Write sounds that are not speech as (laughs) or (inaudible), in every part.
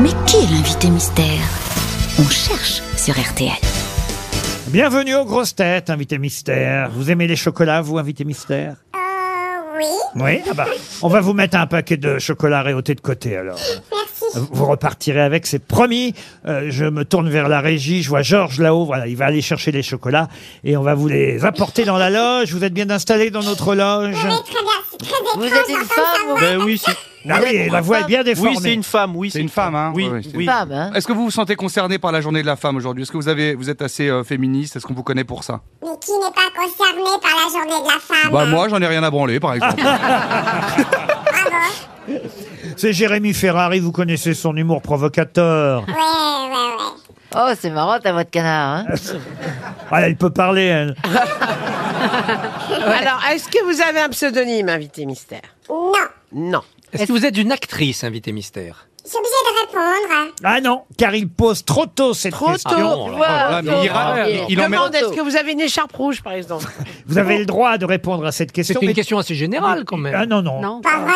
Mais qui est l'invité mystère On cherche sur RTL. Bienvenue aux grosses têtes, invité mystère. Vous aimez les chocolats, vous, invité mystère Euh, oui. Oui Ah bah, on va vous mettre un paquet de chocolats réautés de côté alors. Merci. Vous repartirez avec, c'est promis. Euh, je me tourne vers la régie, je vois Georges là-haut, voilà, il va aller chercher les chocolats et on va vous les apporter dans la loge. Vous êtes bien installés dans notre loge Oui, très bien. C'est très étrange. Vous êtes une d'entendre femme sa ou- voix. Ben oui, c'est Ah oui, la voix est bien déformée. oui, c'est une femme, oui, C'est une femme, hein Oui, Ouais, c'est une oui. femme, hein. Est-ce que vous vous sentez concerné par la journée de la femme aujourd'hui Est-ce que vous, avez, vous êtes assez euh, féministe Est-ce qu'on vous connaît pour ça Mais qui n'est pas concerné par la journée de la femme Ah. Bah moi, j'en ai rien à branler, par exemple. Bravo. C'est Jérémy Ferrari, vous connaissez son humour provocateur. Ouais, ouais, ouais. Oh, c'est marrant, ta voix de canard. Hein Ah, elle peut parler, elle. Alors, est-ce que vous avez un pseudonyme, invité mystère Non. Non. Est-ce que vous êtes une actrice, invité mystère Je suis obligée de répondre. Ah non, car il pose trop tôt cette Trop question. tôt. Oh là Voilà, Ah, mais il ra- ok. il- il en met- Demande, est-ce que vous avez une écharpe rouge, par exemple Vous avez le droit de répondre à cette C'est question. une mais- question assez générale quand même. Ah non, non. bah. Pas vraiment.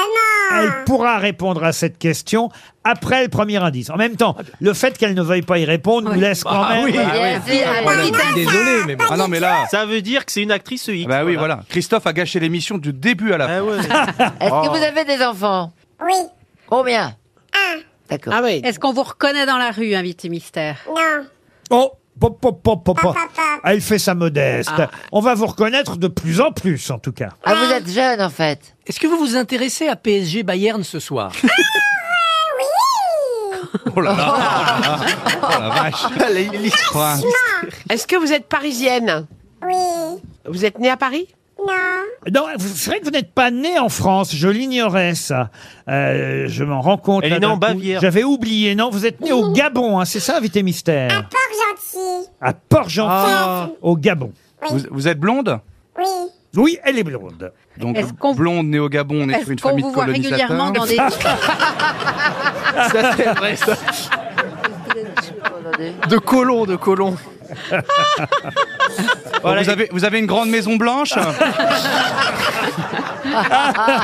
Elle pourra répondre à cette question après le premier indice. En même temps, le fait qu'elle ne veuille pas y répondre nous Ah, laisse quand Bah même. Bien sûr. Désolé, mais bon. ah non, mais là... Ça veut dire que c'est une actrice X. Bah oui, voilà. Christophe a gâché l'émission du début à la fin. Ah ouais. (laughs) Est-ce que vous avez des enfants Oui. Combien Un. D'accord. Ah oui. Est-ce qu'on vous reconnaît dans la rue, invité mystère Non. Oh, pop, pop, pop, pop, Pop, pop. pop, Bah. pop. Elle fait sa modeste. On va vous reconnaître de plus en plus, en tout cas. Ah, vous êtes jeune, en fait. Est-ce que vous vous intéressez à PSG Bayern ce soir Oh là là Ah. Oh la vache Ouais. Est-ce que vous êtes parisienne Oui. Vous êtes née à Paris Non. Non, vous- c'est vrai que vous n'êtes pas né en France. Je l'ignorais, ça. Euh, je m'en rends compte. Elle là, est née d'un en coup. Bavière. J'avais oublié. Non, vous êtes né au Gabon, hein, c'est ça, invité Ah. mystère Port gentil. À Port-Gentil, au Gabon. Ah, vous, vous êtes blonde Oui. Oui, elle est blonde. Donc Est-ce qu'on- blonde, né au Gabon, on est sur Est-ce une qu'on famille de vous voit régulièrement colonisateurs. dans des... Ça, c'est vrai, ça. De colon, de colon. Bon, vous, avez, vous avez une grande maison blanche Ah.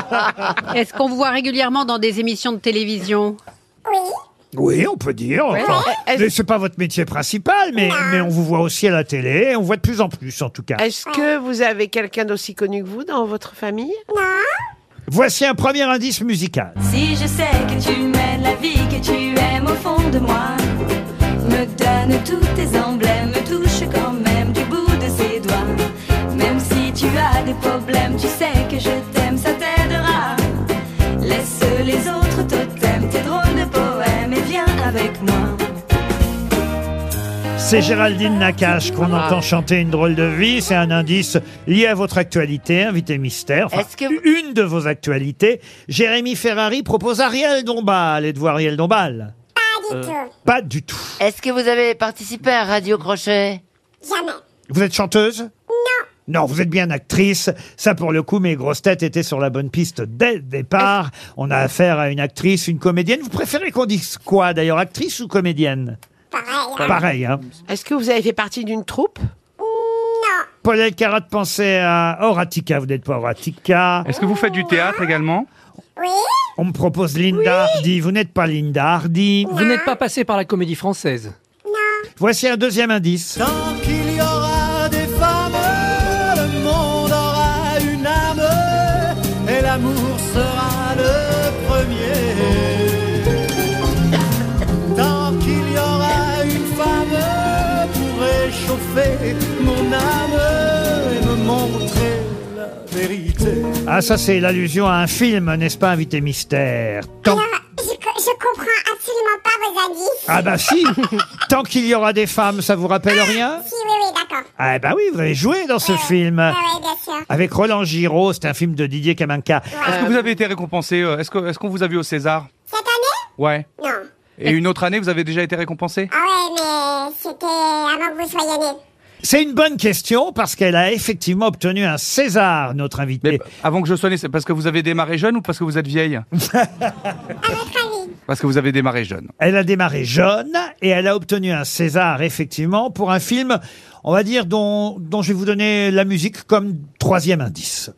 Est-ce qu'on vous voit régulièrement dans des émissions de télévision Oui. Oui, on peut dire. enfin, Est-ce- mais c'est pas votre métier principal, mais, mais on vous voit aussi à la télé, on voit de plus en plus en tout cas. Ah, Est-ce Ah. que vous avez quelqu'un d'aussi connu que vous dans votre famille Voici un premier indice musical. Si je sais que tu mènes la vie que tu aimes au fond de moi, me donne tous tes emblèmes, me touche quand même du bout de ses doigts. Même si tu as des problèmes, tu sais que je t'aime, ça t'aidera. Laisse les autres totems, tes drôles de poèmes et viens avec moi. C'est Géraldine Nakache qu'on Ah. entend chanter une drôle de vie. C'est un indice lié à votre actualité, invité mystère. Enfin, Est-ce que vous- Une de vos actualités. Jérémy Ferrari propose Ariel Dombal. Êtes-vous Ariel Dombal Pas du Euh. tout. Pas du tout. Est-ce que vous avez participé à Radio Crochet Jamais. Vous êtes chanteuse Non. Non, vous êtes bien actrice. Ça, pour le coup, mes grosses têtes étaient sur la bonne piste dès le départ. On a affaire à une actrice, une comédienne. Vous préférez qu'on dise quoi, d'ailleurs, actrice ou comédienne Pareil. hein. Pareil, hein. Est-ce que vous avez fait partie d'une troupe Non. Paul Elkarat pensait à Horatica. Vous n'êtes pas Horatica. Est-ce que vous faites du théâtre également Oui. On me propose Linda Hardy. Vous n'êtes pas Linda Hardy. Vous n'êtes pas passé par la comédie française Voici un deuxième indice. Tant qu'il y aura des femmes, le monde aura une âme et l'amour sera le premier. Tant qu'il y aura une femme pour réchauffer mon âme et me montrer la vérité. Ah, ça, c'est l'allusion à un film, n'est-ce pas, Invité Mystère Tant- Alors, je, co- je comprends absolument pas vos indices. Ah bah si Tant qu'il y aura des femmes, ça vous rappelle rien Si, oui, oui, d'accord. Ah bah oui, vous avez joué dans ce film Ah oui, bien sûr. avec Roland Giraud, c'est un film de Didier Kamanka. Ah, Est-ce que vous avez été récompensé euh, Est-ce que- est-ce qu'on vous a vu au César Cette année Ouais. Non. Et une autre année, vous avez déjà été récompensé Ah ouais, mais c'était avant que vous soyez nés. C'est une bonne question parce qu'elle a effectivement obtenu un César, notre invitée. Mais bah, avant que je sois né, c'est parce que vous avez démarré jeune ou parce que vous êtes vieille À votre avis Parce que vous avez démarré jeune. Elle a démarré jeune et elle a obtenu un César, effectivement, pour un film, on va dire, dont, dont je vais vous donner la musique comme troisième indice.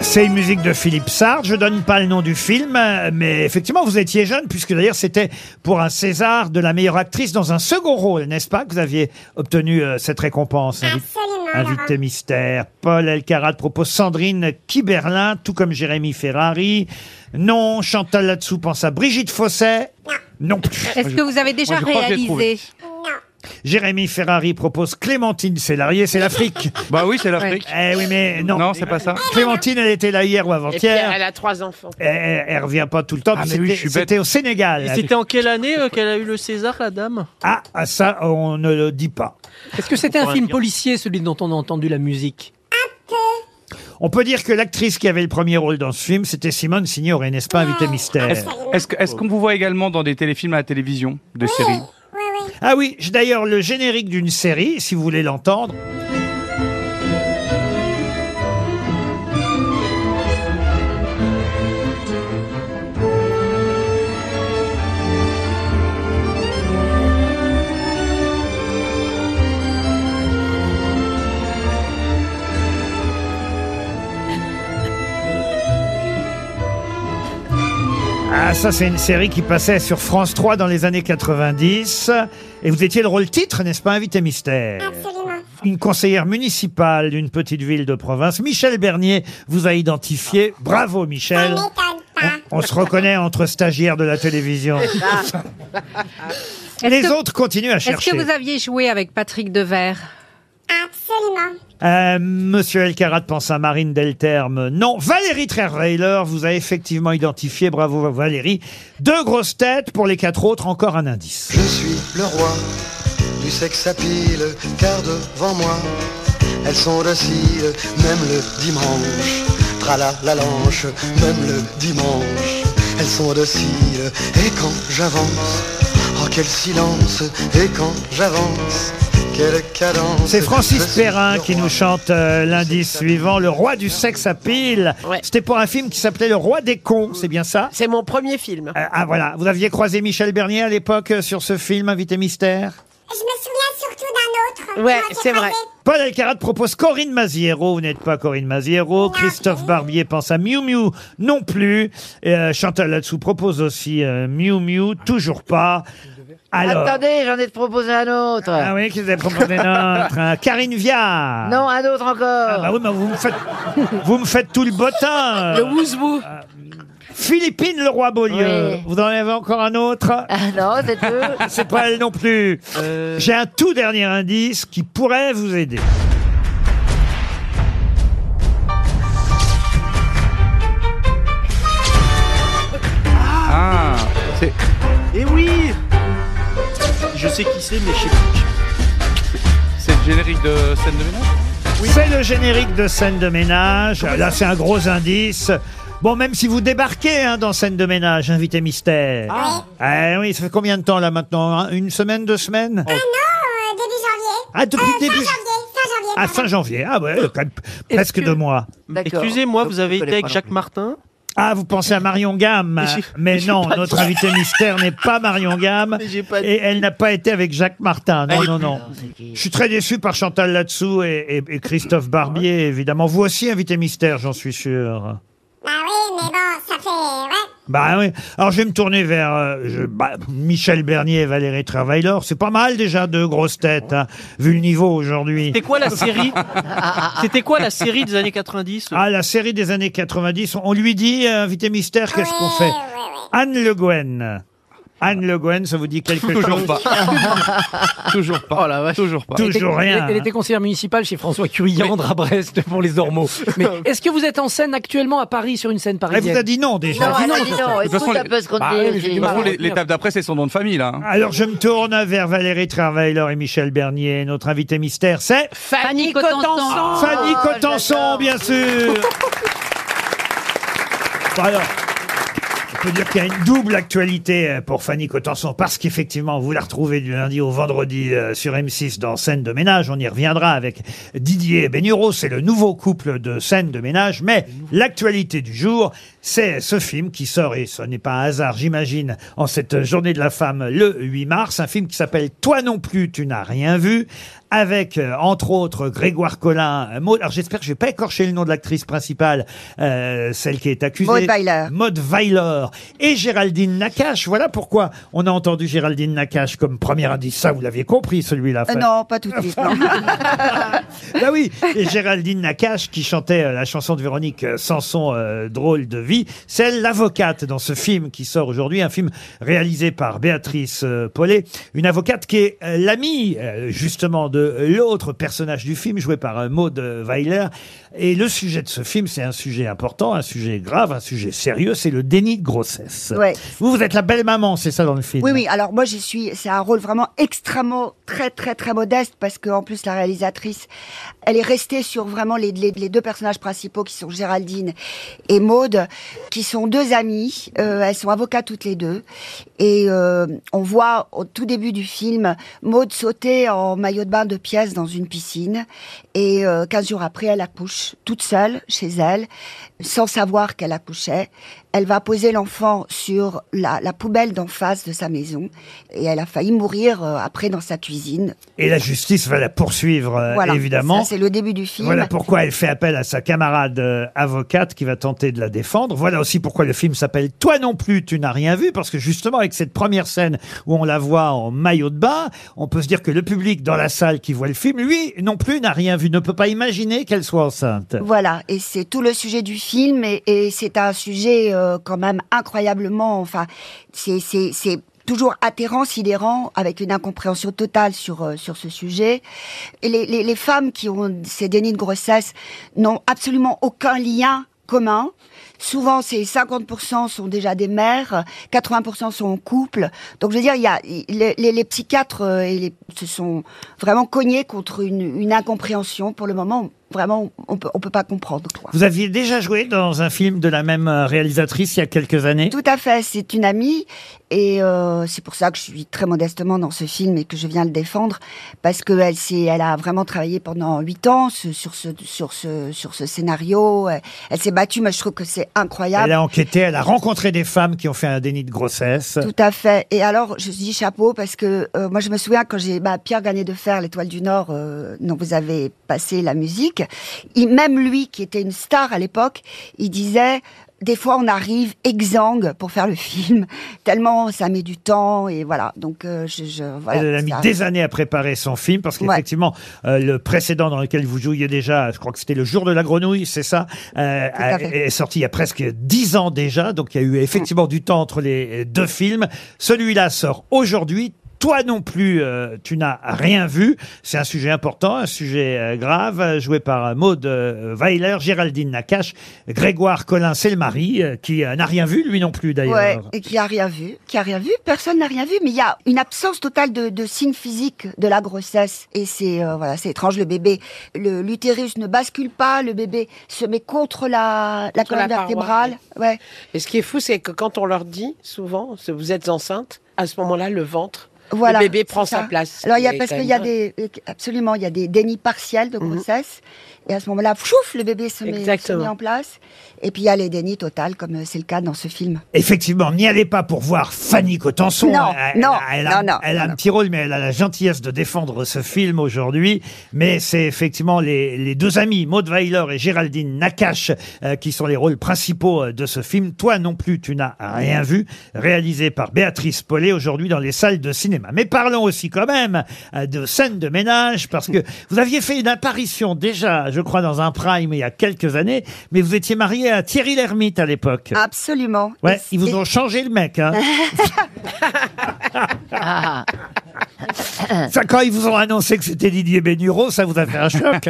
C'est une musique de Philippe Sartre. Je donne pas le nom du film, euh, mais effectivement, vous étiez jeune, puisque d'ailleurs, c'était pour un César de la meilleure actrice dans un second rôle, n'est-ce pas, que vous aviez obtenu euh, cette récompense Invi- Absolument, Invité mystère. Paul Elkarat propose Sandrine Kiberlin, tout comme Jérémy Ferrari. Non, Chantal Latsou pense à Brigitte Fosset. Non plus. Est-ce que vous avez déjà Moi, je crois que j'ai réalisé Jérémy Ferrari propose Clémentine Célarié, c'est (laughs) l'Afrique. Bah oui, c'est l'Afrique. eh oui, mais non. Non, c'est pas ça. Clémentine, elle était là hier ou Et puis, avant-hier. Eh elle a trois enfants. Elle, elle revient pas tout le temps. Ah, puis mais oui, c'était- je suis bête. C'était au Sénégal. Et C'était en quelle année euh, qu'elle a eu le César, la dame Ah, ah, ça, on ne le dit pas. Est-ce que c'était On un pourrait film dire. policier, celui dont on a entendu la musique On peut dire que l'actrice qui avait le premier rôle dans ce film, c'était Simone Signoret, n'est-ce pas, invité mystère Est-ce que- est-ce qu'on vous voit également dans des téléfilms à la télévision, des séries Oui, oui. Ah oui, j'ai d'ailleurs le générique d'une série, si vous voulez l'entendre. Ah, ça, c'est une série qui passait sur France 3 dans les années 90. Et vous étiez le rôle titre, n'est-ce pas, invité mystère Absolument. Une conseillère municipale d'une petite ville de province, Michel Bernier, vous a identifié. Bravo, Ça Michel. m'étonne pas. On se reconnaît entre stagiaires de la télévision. Est-ce Les que- autres continuent à Est-ce chercher. que vous aviez joué avec Patrick Devers Absolument. Euh, Monsieur Elkarat pense à Marine Delterme. Non, Valérie Trerweiler vous a effectivement identifié. Bravo Valérie. Deux grosses têtes. Pour les quatre autres, encore un indice. Je suis le roi du sexe à pile, car devant moi, elles sont dociles, même le dimanche. Trala la lanche, même le dimanche, elles sont dociles. Et quand j'avance, oh quel silence, et quand j'avance, quelle cadence. C'est Francis Je suis Perrin le qui roi. nous chante euh, l'indice suivant, Le roi du sexe à pile. Ouais. C'était pour un film qui s'appelait Le roi des cons, c'est bien ça C'est mon premier film. Euh, Ah voilà, vous aviez croisé Michel Bernier à l'époque euh, sur ce film, Invité Mystère Je me souviens surtout d'un autre. Ouais, Comment c'est vrai. passé Paul Elkarat propose Corinne Maziero. Vous n'êtes pas Corinne Maziero. Christophe Barbier pense à Miu Miu non plus. Et, euh, Chantal Latsou propose aussi euh, Miu Miu, toujours pas. Alors, Attendez, j'en ai proposé un autre. ah oui, qu'ils avaient proposé notre. hein, Karine Viard. Non, un autre encore. Ah bah oui, mais vous me faites, vous me faites tout le bottin. Euh, Le Wouzbou. Philippine Leroy-Beaulieu. Oui. Vous en avez encore un autre Ah non, c'est tout. C'est pas elle non plus. Euh, J'ai un tout dernier indice qui pourrait vous aider. Ah, c'est- Eh oui Je sais qui c'est, mais je sais plus. c'est le générique de scène de ménage C'est le générique de scène de ménage. Là, c'est un gros indice. Bon, même si vous débarquez hein, dans scène de ménage, invité mystère. Ah. oui, ça fait combien de temps là maintenant hein Une semaine, deux semaines Ah non, euh, début janvier. Ah, depuis Euh, le début. Fin janvier, fin janvier. À pardon. fin janvier. Ah ouais, quand même, presque que- deux mois. D'accord. Excusez-moi, Donc, vous avez je été connais avec pas Jacques non Martin Ah, vous pensez à Marion Gamme. Mais je- Mais, mais je non, suis pas notre invité mystère n'est pas Marion Gamme. Mais j'ai pas dit. Et elle n'a pas été avec Jacques Martin. Non, non, non. plus. Non, c'est qui Je suis très déçu par Chantal Latsou et, et- et Christophe Barbier, évidemment. Vous aussi, invité mystère, j'en suis sûr. Bah oui, mais bon, ça fait. Ouais. Bah oui. Alors je vais me tourner vers euh, je- bah, Michel Bernier et Valérie Travaillor. C'est pas mal déjà deux grosses têtes, hein, vu le niveau aujourd'hui. C'était quoi (laughs) la série C'était quoi la série des années euh 90 Ah, la série des années 90, on lui dit, euh, invité mystère, qu'est-ce qu'on fait Ouais, ouais, ouais. Anne Le Guen. Anne Le Guen, ça vous dit quelque chose Toujours pas. (laughs) Toujours pas. Oh la vache. Toujours pas. Toujours rien, Elle, elle hein. était conseillère municipale chez François Curiandre à Brest pour les (laughs) Ormeaux. Mais est-ce que vous êtes en scène actuellement à Paris sur une scène Elle vous parisienne a dit non déjà. Non, elle a dit non. toute façon, Écoute un les- peu ce qu'on Bah, dit. oui, mais j'ai du aussi. De toute mal. façon, les- L'étape d'après, c'est son nom de famille, là. hein. Alors je me tourne vers Valérie Travaillor et Michel Bernier. Notre invité mystère, c'est Fanny Cotenson. Fanny Oh, Cotenson, j'adore. bien (laughs) sûr. Bon, alors, on peut dire qu'il y a une double actualité euh, pour Fanny Cotenson parce qu'effectivement, vous la retrouvez du lundi au vendredi euh, sur M6 dans Scène de ménage. On y reviendra avec Didier Bénureau. C'est le nouveau couple de Scène de ménage. Mais l'actualité du jour, C'est ce film qui sort, et ce n'est pas un hasard, j'imagine, en cette journée de la femme le 8 mars, un film qui s'appelle Toi non plus, tu n'as rien vu, avec, euh, entre autres, Grégoire Collin. euh, Maud- Alors j'espère que je vais pas écorcher le nom de l'actrice principale, euh, celle qui est accusée. Maud Weiler. Maud Weiler. Et Géraldine Nakache. Voilà pourquoi on a entendu Géraldine Nakache comme premier indice. Ça, vous l'aviez compris, celui-là. Euh, Fa- non, pas tout de suite. non. (laughs) bah oui, et Géraldine Nakache qui chantait euh, la chanson de Véronique euh, Sanson, euh, Drôle de vie, c'est elle, l'avocate dans ce film qui sort aujourd'hui, un film réalisé par Béatrice euh, Paulet, une avocate qui est euh, l'amie euh, justement de l'autre personnage du film joué par euh, Maud Weiler. Et le sujet de ce film, c'est un sujet important, un sujet grave, un sujet sérieux, c'est le déni de grossesse. Ouais. Vous, vous êtes la belle maman, c'est ça dans le film Oui, oui. Alors moi, je suis. C'est un rôle vraiment extrêmement très, très, très modeste parce que en plus la réalisatrice, elle est restée sur vraiment les, les- les deux personnages principaux qui sont Géraldine et Maude, qui sont deux amies. Euh, elles sont avocates toutes les deux, et euh, on voit au tout début du film Maude sauter en maillot de bain de pièce dans une piscine, et euh, 15 jours après, elle accouche toute seule chez elle, sans savoir qu'elle accouchait. Elle va poser l'enfant sur la, la poubelle d'en face de sa maison et elle a failli mourir euh, après dans sa cuisine. Et la justice va la poursuivre, euh, voilà, évidemment. Ça, c'est le début du film. Voilà pourquoi elle fait appel à sa camarade euh, avocate qui va tenter de la défendre. Voilà aussi pourquoi le film s'appelle Toi non plus, tu n'as rien vu, parce que justement avec cette première scène où on la voit en maillot de bain, on peut se dire que le public dans la salle qui voit le film, lui non plus n'a rien vu, ne peut pas imaginer qu'elle soit enceinte. Voilà, et c'est tout le sujet du film, et, et c'est un sujet euh, quand même incroyablement, enfin, c'est c'est- c'est toujours atterrant, sidérant, avec une incompréhension totale sur, euh, sur ce sujet. Et les, les, les femmes qui ont ces dénis de grossesse n'ont absolument aucun lien commun. Souvent, ces 50% sont déjà des mères, 80% sont en couple. Donc, je veux dire, il y a, les, les- les psychiatres euh, et les- se sont vraiment cognés contre une, une incompréhension. Pour le moment, vraiment, on peut, on peut pas comprendre. Quoi. Vous aviez déjà joué dans un film de la même euh, réalisatrice il y a quelques années Tout à fait, c'est une amie et euh, c'est pour ça que je suis très modestement dans ce film et que je viens le défendre parce que elle, s'est- elle a vraiment travaillé pendant huit ans ce- sur ce, sur ce, sur ce scénario. Elle, elle s'est battue, mais je trouve que c'est incroyable. Elle a enquêté, elle a rencontré des femmes qui ont fait un déni de grossesse. Tout à fait. Et alors, je dis chapeau parce que euh, moi, je me souviens quand j'ai bah, Pierre Gagné de Fer, l'Étoile du Nord, euh, dont vous avez passé la musique, il, même lui, qui était une star à l'époque, il disait. Des fois, on arrive exsangue pour faire le film, tellement ça met du temps et voilà. Donc, euh, je, je voilà. elle a mis ça- des années à préparer son film parce qu'effectivement, euh, le précédent dans lequel vous jouiez déjà, je crois que c'était le jour de la grenouille, c'est ça, euh, à a- fait. est sorti il y a presque dix ans déjà. Donc il y a eu effectivement du temps entre les euh, deux films. Celui-là sort aujourd'hui. Toi non plus, euh, tu n'as rien vu. C'est un sujet important, un sujet euh, grave, euh, joué par euh, Maud euh, Weiler, Géraldine Nakache, Grégoire Collin, c'est le mari, euh, qui euh, n'a rien vu, lui non plus d'ailleurs. Ouais, euh, et qui a rien vu, qui a rien vu, personne n'a rien vu, mais il y a une absence totale de, de signes physiques de la grossesse et c'est euh, voilà, c'est étrange le bébé, le l'utérus ne bascule pas, le bébé se met contre la la Sur colonne paroi, vertébrale. ouais. Et ce qui est fou, c'est que quand on leur dit souvent, c'est vous êtes enceinte, à ce moment-là, le ventre, Voilà, le bébé prend c'est sa ça. place. Alors il y a Et parce quand qu'il y a même- des absolument il y a des dénis partiels de grossesse et à ce moment-là, chouf, le bébé se met, se Exactement. met en place et puis il y a les dénis totaux comme euh, c'est le cas dans ce film. Effectivement, n'y allez pas pour voir Fanny Cotenson. Non, elle, non, elle a, non, non, elle a un petit rôle, mais elle a la gentillesse de défendre ce film aujourd'hui. Mais c'est effectivement les, les deux amis, Maud Weiler et Géraldine Nakache, euh, qui sont les rôles principaux euh, de ce film. Toi non plus, tu n'as rien vu, réalisé par Béatrice Paulet aujourd'hui dans les salles de cinéma. Mais parlons aussi quand même euh, de scènes de ménage, parce que vous aviez fait une apparition déjà, je crois, dans un prime il y a quelques années, mais vous étiez marié à Thierry Lhermitte à l'époque. Absolument. Ouais, ils vous ont changé le mec. Hein. (laughs) ça, quand ils vous ont annoncé que c'était Didier Bénureau, ça vous a fait un (laughs) choc.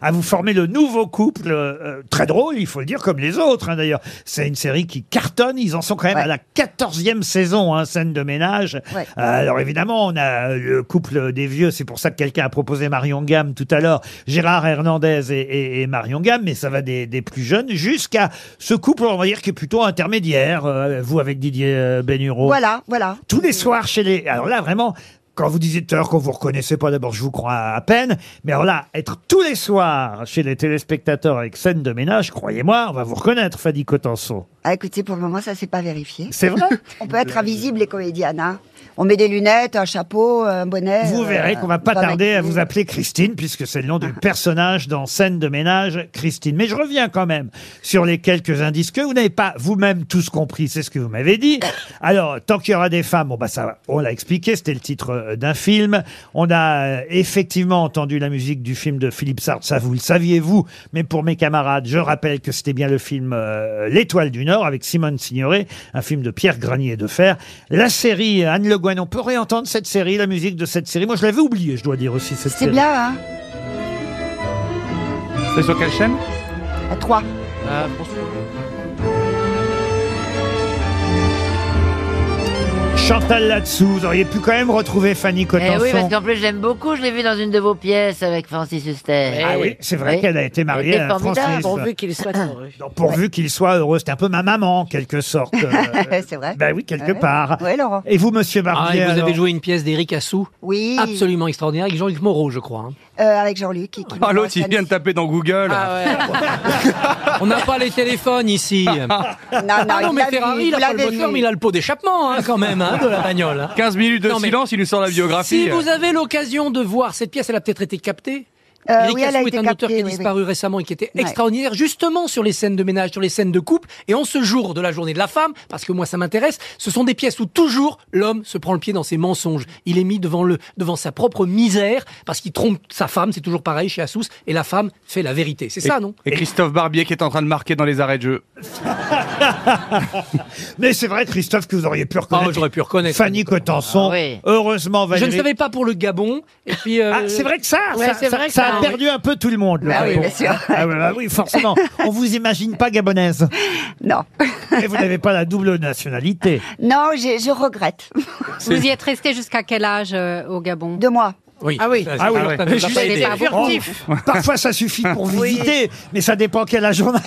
à vous former le nouveau couple, euh, très drôle, il faut le dire, comme les autres hein, d'ailleurs. C'est une série qui cartonne, ils en sont quand même à la 14e saison, hein, scène de ménage. Ouais. Euh, alors évidemment, on a euh, le couple des vieux, c'est pour ça que quelqu'un a proposé Marion Gamme tout à l'heure, Gérard Hernandez et, et- et Marion Gamme, mais ça va des, des plus jeunes jusqu'à ce couple, on va dire, qui est plutôt intermédiaire, euh, vous avec Didier euh, Bénureau. Voilà, voilà. Tous les soirs chez les. Alors là, vraiment, Quand vous disiez tout à l'heure qu'on vous reconnaissait pas, d'abord, je vous crois à peine. Mais alors là, être tous les soirs chez les téléspectateurs avec scène de ménage, croyez-moi, on va vous reconnaître, Fanny Cotenson. Ah, écoutez, pour le moment, ça s'est pas vérifié. C'est vrai On peut être invisible, les comédiennes. hein. On met des lunettes, un chapeau, un bonnet. Vous euh, verrez qu'on va pas pas tarder à maquillée. vous appeler Christine, puisque c'est le nom du personnage dans Scène de ménage, Christine. Mais je reviens quand même sur les quelques indices que vous n'avez pas vous-même tous compris, c'est ce que vous m'avez dit. Alors, tant qu'il y aura des femmes, bon bah ça, on l'a expliqué, c'était le titre euh, d'un film. On a euh, effectivement entendu la musique du film de Philippe Sartre, ça vous le saviez vous, mais pour mes camarades, je rappelle que c'était bien le film euh, L'Étoile du Nord avec Simone Signoret, un film de Pierre Granier de Fer. La série euh, Anne Le Guen, on peut réentendre cette série, la musique de cette série. Moi, je l'avais oubliée, je dois dire aussi cette C'est série. bien, hein Ah. C'est sur quelle chaîne À trois. Ah, bonsoir. Chantal là-dessous, vous auriez pu quand même retrouver Fanny Cotenson. Eh oui, parce qu'en plus, j'aime beaucoup. Je l'ai vu dans une de vos pièces avec Francis Huster. Ah oui, c'est vrai qu'elle a été mariée Elle était à formidable. Francis. Pourvu qu'il soit heureux. Donc, pourvu qu'il soit heureux, c'est un peu ma maman en quelque (laughs) sorte. Euh, c'est vrai. ben oui, quelque Ouais. part. Ouais, Laurent. Et vous, Monsieur Ah, Barbier et vous alors avez joué une pièce d'Éric Assou Oui. absolument extraordinaire avec Jean-Luc Moreau, je crois. hein. Euh, avec Jean-Luc. qui- qui Ah, nous l'autre, il entraîne. vient de taper dans Google. Ah. On n'a pas les téléphones (laughs) ici. Non, non, ah non, il mais l'a vu, Ferrari, il a vous pas le l'avez bonheur, vu. mais il a le pot d'échappement hein, quand même hein, de la bagnole. hein. 15 minutes de Non, mais- silence, il nous sort la biographie. Si vous avez l'occasion de voir cette pièce, elle a peut-être été captée. Euh, Eric oui, elle a Assou est été un auteur captée, qui a oui, oui. disparu récemment et qui était Ouais. extraordinaire, justement sur les scènes de ménage, sur les scènes de couple. Et en ce jour de la journée de la femme, parce que moi ça m'intéresse, ce sont des pièces où toujours l'homme se prend le pied dans ses mensonges. Il est mis devant, le, devant sa propre misère, parce qu'il trompe sa femme, c'est toujours pareil chez Assous, et la femme fait la vérité. C'est ça, non Et Christophe Barbier qui est en train de marquer dans les arrêts de jeu. Mais c'est vrai, Christophe, que vous auriez pu reconnaître. Ah, j'aurais pu reconnaître. Fanny Cotenson. Ah oui. Heureusement, Je Valérie. ne savais pas pour le Gabon. Et puis, euh, Ah, c'est vrai que ça, Ouais, ça, c'est ça- vrai que ça a ça, oui. perdu un peu tout le monde. le Bah oui, Gabon. bien sûr. Ah ouais, bah oui, forcément. On vous imagine pas gabonaise. Non. Et vous n'avez pas la double nationalité. Non, j'ai- je regrette. Vous y êtes resté jusqu'à quel âge euh, au Gabon Deux mois. Oui. Ah oui. Ça, c'est Ah oui. pas- ça, c'est Vous pas- avez pas beaucoup. Oh, parfois, ça suffit pour visiter, mais ça dépend quel âge on a.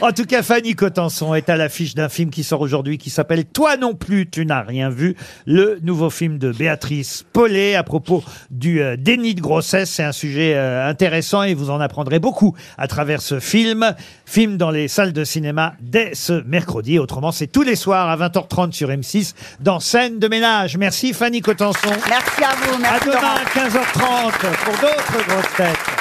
en tout cas, Fanny Cotenson est à l'affiche d'un film qui sort aujourd'hui qui s'appelle Toi non plus, tu n'as rien vu, le nouveau film de Béatrice Paulet à propos du euh, déni de grossesse. C'est un sujet euh, intéressant et vous en apprendrez beaucoup à travers ce film. Film dans les salles de cinéma dès ce mercredi. Autrement, c'est tous les soirs à 20h30 sur M6 dans Scène de ménage. Merci Fanny Cotenson. Merci à vous. À Merci demain Laurent. à 15h30 pour d'autres grosses têtes.